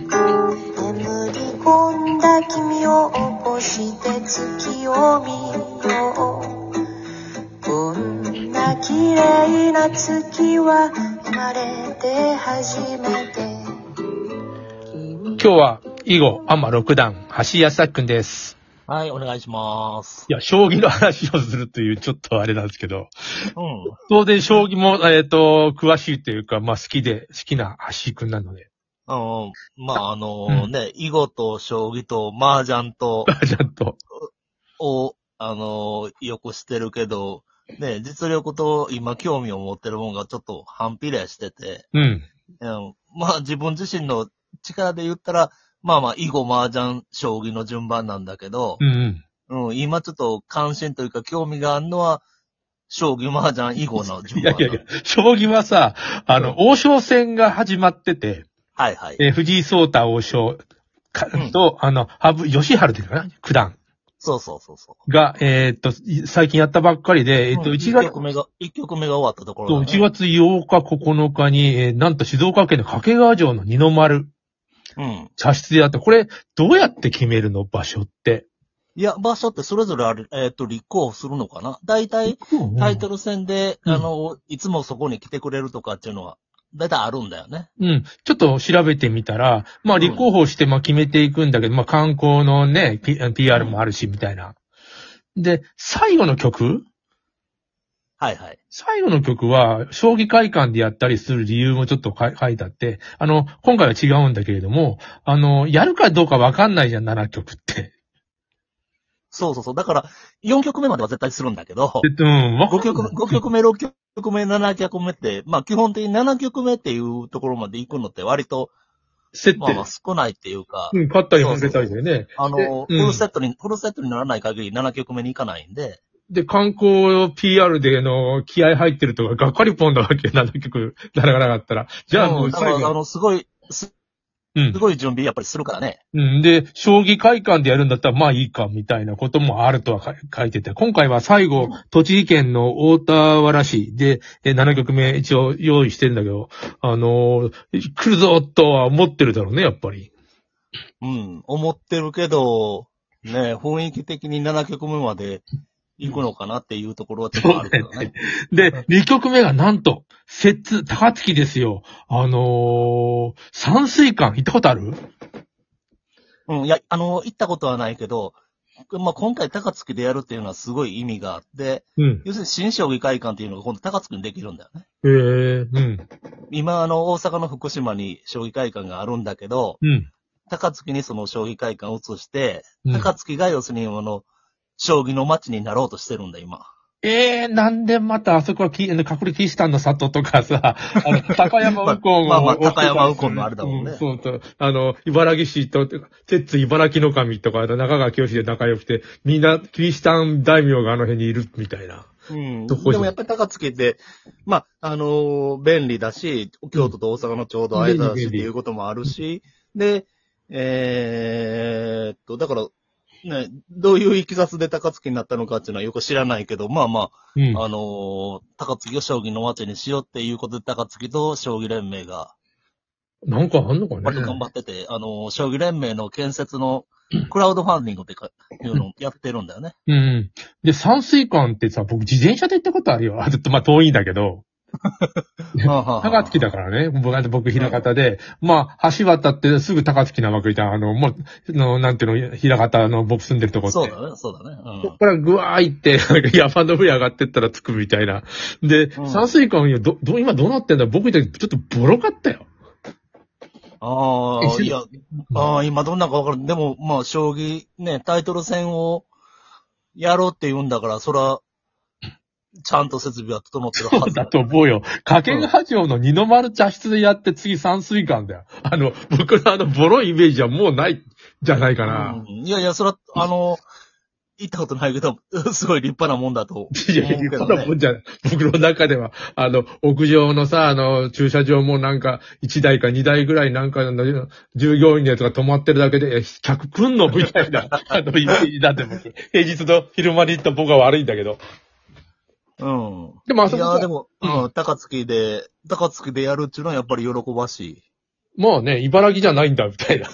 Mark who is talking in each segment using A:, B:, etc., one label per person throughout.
A: 眠り込んだ君を起こして月を見ようこんな綺麗な月は生まれて初めて
B: 今日は、囲碁、アマ六段、橋康くんです。
C: はい、お願いします。
B: いや、将棋の話をするという、ちょっとあれなんですけど、
C: うん。
B: 当然、将棋も、えっ、と、詳しいというか、まあ、好きで、好きな橋くんなので、
C: あの、まあ、あの
B: うん
C: ね、囲碁と将棋と麻雀 と、
B: ちゃんと、
C: を、あのよくしてるけど、ね、実力と今興味を持ってるもんがちょっと反比例してて、
B: うん、
C: うん、まあ、自分自身の力で言ったら、まあまあ、囲碁、麻雀、将棋の順番なんだけど
B: う、ん、うん。
C: うん、今ちょっと関心というか興味があるのは、将棋、麻雀、囲碁の順
B: いや
C: 番
B: い
C: な
B: や
C: の
B: いや、将棋はさ、あの、王将戦が始まってて、
C: はいはい。
B: えー藤井聡太王将か
C: うん
B: と、あの、羽生善治というかな、九段
C: そうそうそうそう。
B: が、えーっと、い最近やったばっかりで、えーっと、
C: うん
B: 1月
C: 一、曲目が、一曲目が終わったところだ
B: そう
C: ね、
B: 1月8日9日に、えーなんと静岡県の掛川城の二の丸、
C: うん。
B: 茶室であって、これ、どうやって決めるの場所って。
C: いや、場所ってそれぞれある、えっ、と、立候補するのかな大体、タイトル戦で、
B: うん
C: あの、いつもそこに来てくれるとかっていうのは、大体あるんだよね。
B: うん。ちょっと調べてみたら、まあ、立候補して、まあ、決めていくんだけど、まあ、観光のね、P、PR もあるし、みたいな。で、最後の曲
C: はいはい。
B: 最後の曲は、将棋会館でやったりする理由もちょっとか書いてあって、あの、今回は違うんだけれども、あの、やるかどうかわかんないじゃん、7曲 って。
C: そうそうそう。だから、4曲目までは絶対するんだけど
B: え、っとうん、わ
C: 5曲、五曲目、6曲目、7曲目って、まあ基本的に7曲目っていうところまで行くのって割と、
B: 設定
C: まあまあ少ないっていうか
B: う、ん、勝ったり負けたりでね。
C: あの、フ
B: でうん
C: ルセットに、フルセットにならない限り7曲目に行かないんで、
B: で、観光を PR での気合入ってるとか、がっかりポンだわけ、7曲、ならなかったら。じゃあも
C: ん
B: う
C: だから
B: 最
C: あ
B: 後。
C: の、すごい、す
B: うん
C: す。ごい準備やっぱりするからね。
B: うん。で、将棋会館でやるんだったら、まあいいか、みたいなこともあるとは書い書いてて、今回は最後、栃木県の大田原市で、え7曲目一応用意してるんだけど、あのー来るぞとは思ってるだろうね、やっぱり。
C: うん、思ってるけど、ね、雰囲気的に7曲目まで行くのかなっていうところはちょっとあるけどね。
B: で、2曲目がなんと、摂津、高槻ですよ。あのー、山水館行ったことある
C: うん、いや、あの、行ったことはないけど、まあ、今回高槻でやるっていうのはすごい意味があって、
B: うん。
C: 要するに新将棋会館っていうのが今度高槻にできるんだよね。
B: ええうん。
C: 今、あの、大阪の福島に将棋会館があるんだけど、
B: うん。
C: 高槻にその将棋会館を移して、
B: うん
C: 高槻が要するにあの、将棋の街になろうとしてるんだ、今。
B: ええなんでまたあそこはき、あの隠れキシタンの里とか さ、あの、高山右近を、
C: まあまあまあ高山右近のあれだもんね
B: うそうそう。あの、茨城市と、摂津茨城の神とか、あと中川清で仲良くて、みんなキリシタン大名があの辺にいるみたいな。
C: うん。
B: どこじゃ
C: でもやっぱり高槻って、まあ、あのー便利だし、京都と大阪のちょうど間だし
B: 便利便利
C: っていうこともあるし、で、えーっと、だから、ね、どういういきさつで高槻になったのかっていうのはよく知らないけど、まあま
B: うん
C: あ、あのー高槻を将棋の街にしようっていうことで高槻と将棋連盟が、
B: なんかあんのかね
C: 割と頑張ってて、あのー将棋連盟の建設のクラウドファンディングってか、いうのをやってるんだよね。
B: うん。で、山水館ってさ、僕自転車で行ったことあるよ。あ、ちょ っとまあ遠いんだけど。高
C: 高
B: 槻だからね。僕、だって僕、平方で、まあ、橋渡ってすぐ高槻なわけじゃん。あの、もう、あのなんていうの、平方の僕住んでるとこって。
C: そうだね、そうだね。うん
B: ここからぐわーいって、 なんか山の上上がってったら着くみたいな。で、
C: うん
B: 山水館、ど、ど、今どうなってんだ僕見た時ちょっとボロかったよ。
C: あ
B: 一緒
C: あ、
B: に
C: いや、ああ、今どんなんかわからん。でも、まあ、将棋、ね、タイトル戦をやろうって言うんだから、そら、ちゃんと設備は整ってるはず
B: だと思うよ。掛川城の二の丸茶室でやって次山水館だよ。あの、僕のあの、ボロいイメージはもうない、じゃないかな。
C: うんいやいや、そら、あの、行ったことないけど、 すごい立派なもんだと思う
B: い
C: けど
B: や
C: ね、
B: いや、そんなもんじゃない。僕の中では、あの、屋上のさ、あの、駐車場もなんか、1台か2台ぐらいなんかの、従業員のやつが止まってるだけで、え、客来んのみ たいな、あの、イメージだって僕。平日の昼間に行った僕は悪いんだけど。
C: うん。
B: でもあそ
C: い
B: こ
C: や、で
B: さ、
C: も、
B: うん
C: うん、高槻で、高槻でやるっていうのはやっぱり喜ばしい。
B: まあね、茨城じゃないんだ、みた いな。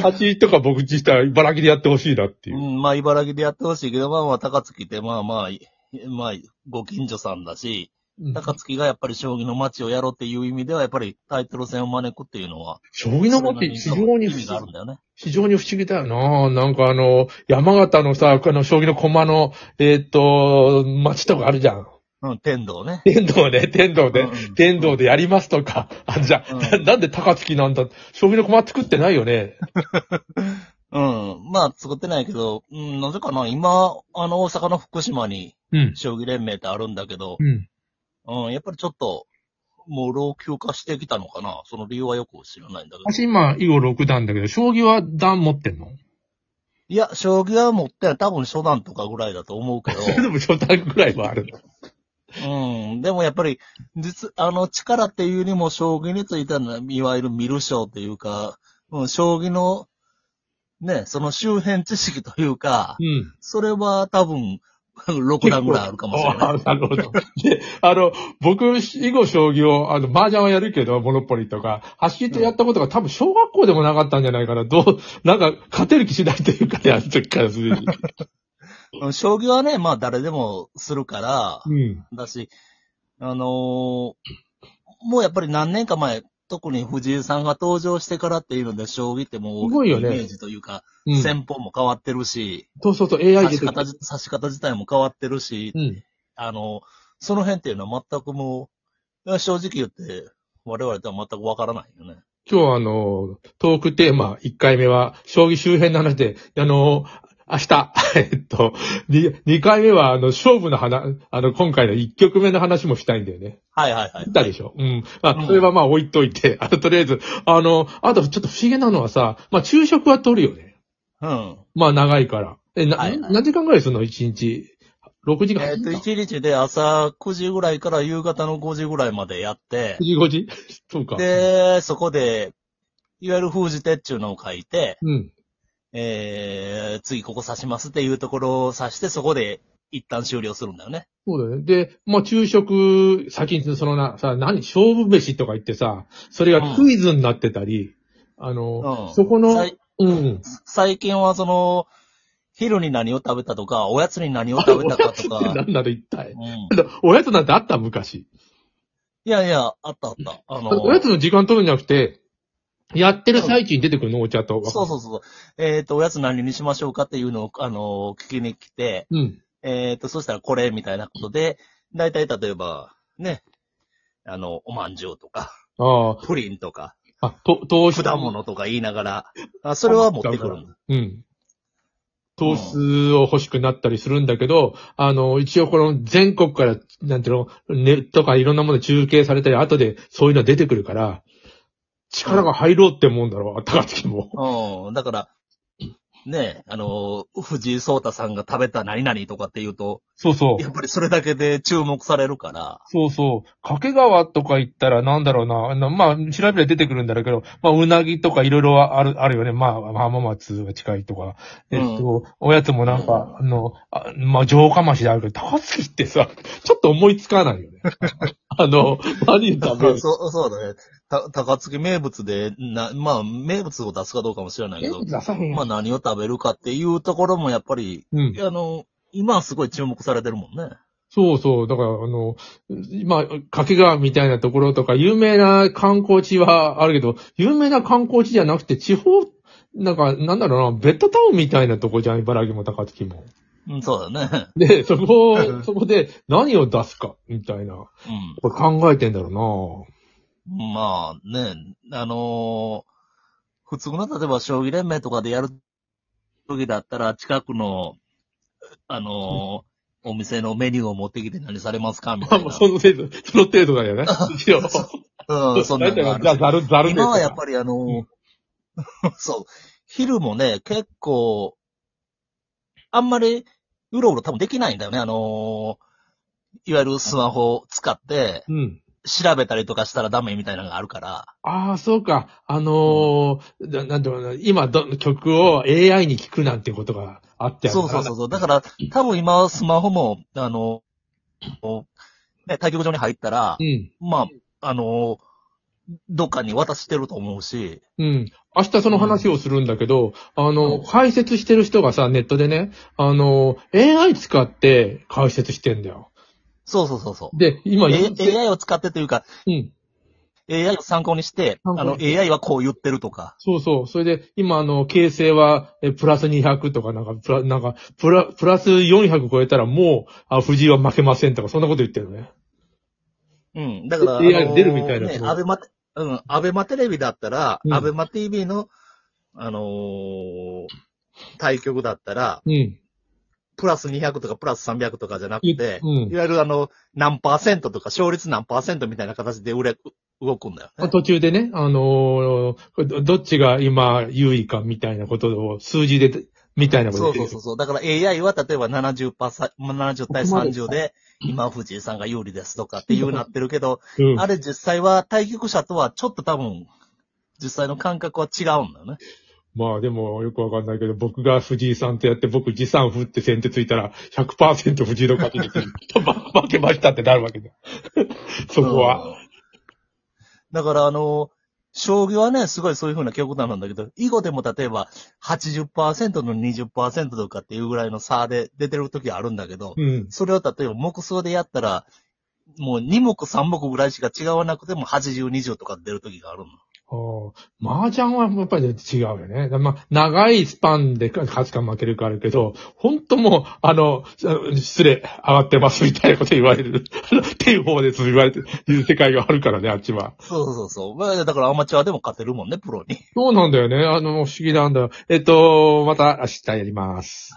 B: 8とか僕自体、茨城でやってほしいなっていうう。
C: ん、まあ、茨城でやってほしいけど、まあまあ、高槻って、まあまあ、いまあ、ご近所さんだし、
B: うん
C: 高槻がやっぱり将棋の街をやろうっていう意味では、やっぱりタイトル戦を招くっていうのは、
B: 将棋の間って非常に
C: 意
B: 不思
C: 味がある
B: 議
C: んだよね。
B: 非常に不思議だよななんかあの、山形のさ、あの、将棋の駒の、えーっと、町とかあるじゃん。
C: うん、天童ね。
B: 天童で、天童で
C: うんうん、
B: 天童でやりますとか。あ、じゃあ、な
C: うん
B: なんで高槻なんだ将棋の駒作ってないよね。
C: うん、まあ、作ってないけど、うん、なぜかな、今、あの、大阪の福島に、
B: うん。
C: 将棋連盟ってあるんだけど、
B: うん。
C: うん、やっぱりちょっと、もう老朽化してきたのかな。その理由はよく知らないんだけど。
B: 私今、囲碁6段だけど、将棋は段持ってんの
C: いや、将棋は持ってない。多分初段とかぐらいだと思うけど。
B: それ でも初段ぐらいはあるんだ。
C: うん。でもやっぱり、実、あの、力っていうよりも、将棋についての、いわゆる見る将っていうか、うん、将棋の、ね、その周辺知識というか
B: う、ん。
C: それは多分、6段ぐらいあるかもしれない。
B: あなるほど。で、あの、僕、囲碁将棋を、あの、麻雀はやるけど、モノポリとか、走ってやったことが多分小学校でもなかったんじゃないかな。どう、なんか、勝てる気しないというかね、あの時からすでに。
C: うん将棋はね、まあ誰でもするから、
B: うん。
C: だし、あのーもうやっぱり何年か前、特に藤井さんが登場してからっていうので、将棋っても
B: すご
C: う、
B: い
C: イ
B: よ
C: メ
B: ね
C: ージというか、
B: うん。
C: 戦法も変わってるし、
B: そうそうそう、AI
C: 指
B: 出
C: して
B: きた
C: 方。自、指し方自体も変わってるし、
B: うん。
C: あの、その辺っていうのは全くもう、正直言って、我々とは全くわからないよね。
B: 今日はあの、トークテーマ1回目は、将棋周辺の話で、あの、明日、 えっと、2, 回目は、あの、勝負の話、あの、今回の1曲目の話もしたいんだよね。
C: はいはいはい
B: 言っ。たでしょうん。ま
C: う
B: あ、
C: ん
B: それはまあ置いといて、 あの、とりあえず、あの、あとちょっと不思議なのはさ、まあ昼食は取るよね。
C: うん。
B: まあ長いから。え、な、
C: はいはい
B: 何時間ぐらいするの ?1 日。6時間。
C: えっ、と、
B: 8
C: 1日で朝9時ぐらいから夕方の5時ぐらいまでやって、
B: 時 ?5 時 そうか。
C: で、そこで、いわゆる封じ手っていうのを書いて、
B: うん。
C: えー、次ここ刺しますっていうところを刺して、そこで一旦終了するんだよね。
B: そうだよね。で、まあ昼食、先にそのな、さ、何、勝負飯とか言ってさ、それがクイズになってたり、あの、
C: うん
B: そこ
C: さ
B: の、
C: い
B: うん。
C: 最近はその、昼に何を食べたとか、おやつに何を食べた かとか、
B: 何なの一体。
C: うん
B: おやつなんてあった昔。
C: いやいや、あったあった。あの、
B: おやつの時間取るんじゃなくて、やってる最中に出てくるの、お茶と。
C: そうそうそう。えっ、と、おやつ何にしましょうかっていうのを、あの、聞きに来て、
B: う。うん。
C: えっ、と、そしたらこれみたいなことで、大体例えば、ね、あの、おまんじゅうとか、
B: あ
C: プリンとか、
B: あ。あ、と、糖質。
C: 果物とか言いながら、あそれは持ってくるんだ。
B: うん。糖質を欲しくなったりするんだけど、あの、一応この全国から、なんていうの、ネットからいろんなもの中継されたり、後でそういうの出てくるから、力が入ろうってもんだろう、高槻も。
C: うん。だから、ね、あの、藤井聡太さんが食べた何々とかっていうと、
B: そうそ
C: や。っぱりそれだけで注目されるから、
B: そうそう。掛川とか行ったらなんだろうな。あのまあ、調べれば出てくるんだろうけど、まあ、うなぎとかいろいろある、あるよね。まあ、浜松が近いとか。えっと、おやつもなんか、あの、あまあ、城下町であるけど、高槻ってさ、ちょっと思いつかないよ ね。あの、何食べる
C: そう、そうだね。た、高槻名物で、な、まあ、名物を出すかどうかもしれないけど、
B: 出さへん
C: まあ
B: よ。
C: 何を食べるかっていうところもやっぱり、
B: うん。
C: あの、今はすごい注目されてるもんね。
B: そうそう。だから、あの、まあ、掛川みたいなところとか、有名な観光地はあるけど、有名な観光地じゃなくて、地方、なんか、なんだろうな、ベッドタウンみたいなとこじゃん、茨城も高槻も。
C: うん、そうだね。
B: で、そ
C: う
B: こを、
C: ん
B: そこで何を出すか、みたいな。これ考えてんだろ
C: うん。まあね、あのー普通の例えば将棋連盟とかでやる時だったら近くの、あのーお店のメニューを持ってきて何されますかみ
B: うな。
C: た
B: あ、
C: い
B: もう
C: な。
B: その程度、その程度だよね。一応。
C: うん、そんな
B: 大
C: の
B: 体
C: が
B: は
C: あ
B: じゃあ、
C: る
B: ざる、ざる
C: し。
B: でと
C: 今
B: か
C: はやっぱりあのー そう、昼もね、結構、あんまり、うろうろ多分できないんだよね。あのーいわゆるスマホを使って、
B: うん。
C: 調べたりとかしたらダメみたいなのがあるから、
B: ああ、そうか。あのー、ななんていうのかな、今ど、曲を AI に聞くなんてことがあって
C: そうそうそう
B: う。
C: そう。だから、多分今、スマホも、あの、ね、対局場に入ったら
B: う、ん。
C: まあ、あの、どっかに渡してると思うし、
B: うん。明日その話をするんだけど、あの、
C: うん
B: 解説してる人がさ、ネットでね、あの、AI 使って解説してんだよ。
C: そうそうそうそう。
B: で、今、
C: A- AI を使ってというか、
B: うん。
C: AI を参考にして、
B: 参考
C: あ
B: に
C: の、AI はこう言ってるとか。
B: そうそう。それで、今、あの、形勢は、え、プラス200とか、なんか、プラ、なんか、プラ、プラス400超えたらもう、あ、藤井は負けませんとか、そんなこと言ってるね。
C: うん。だから、
B: AI
C: あの
B: 出るみた いな
C: ね、
B: そう
C: アベマ、うん、アベマテレビだったら、
B: うん
C: アベマ TV の、あのー対局だったら、
B: うん。
C: プラス200とかプラス300とかじゃなくて、
B: うん
C: いわゆるあの、何パーセントとか、勝率何パーセントみたいな形で売れ、動くんだよ
B: まあ
C: ね。
B: 途中でね、あのーどどっちが今優位かみたいなことを数字で、みたいなこと
C: そ
B: 言
C: う
B: って
C: そうそ
B: る
C: うそう。だから AI は例えば70パーさ、70対30で、今藤井さんが有利ですとかっていうなってるけど、
B: うん
C: あれ実際は対局者とはちょっと多分、実際の感覚は違うんだよね。
B: まあでもよくわかんないけど、僕が藤井さんとやって、僕持参振って先手ついたら100%藤井の勝ちです。ば負け ましたってなるわけだ。 そこは。
C: うん。だからあの、将棋はね、すごいそういう風な極端なんだけど、囲碁でも例えば80%の20%とかっていうぐらいの差で出てる時あるんだけど、
B: うん。
C: それを例えば目数でやったら、もう2目3目ぐらいしか違わなくても80、20とか出る時があるの。
B: ああ麻雀はやっぱり違うよね。まあ、長いスパンで勝つか負けるかあるけど、本当もう、あの、失礼、上がってますみたいなこと言われる。 天方です言われてる世界があるからね、あっちは。
C: そうそうそう。まあだからアマチュアでも勝てるもんね、プロに。
B: そうなんだよね。あの、不思議なんだよ。えっと、また明日やります。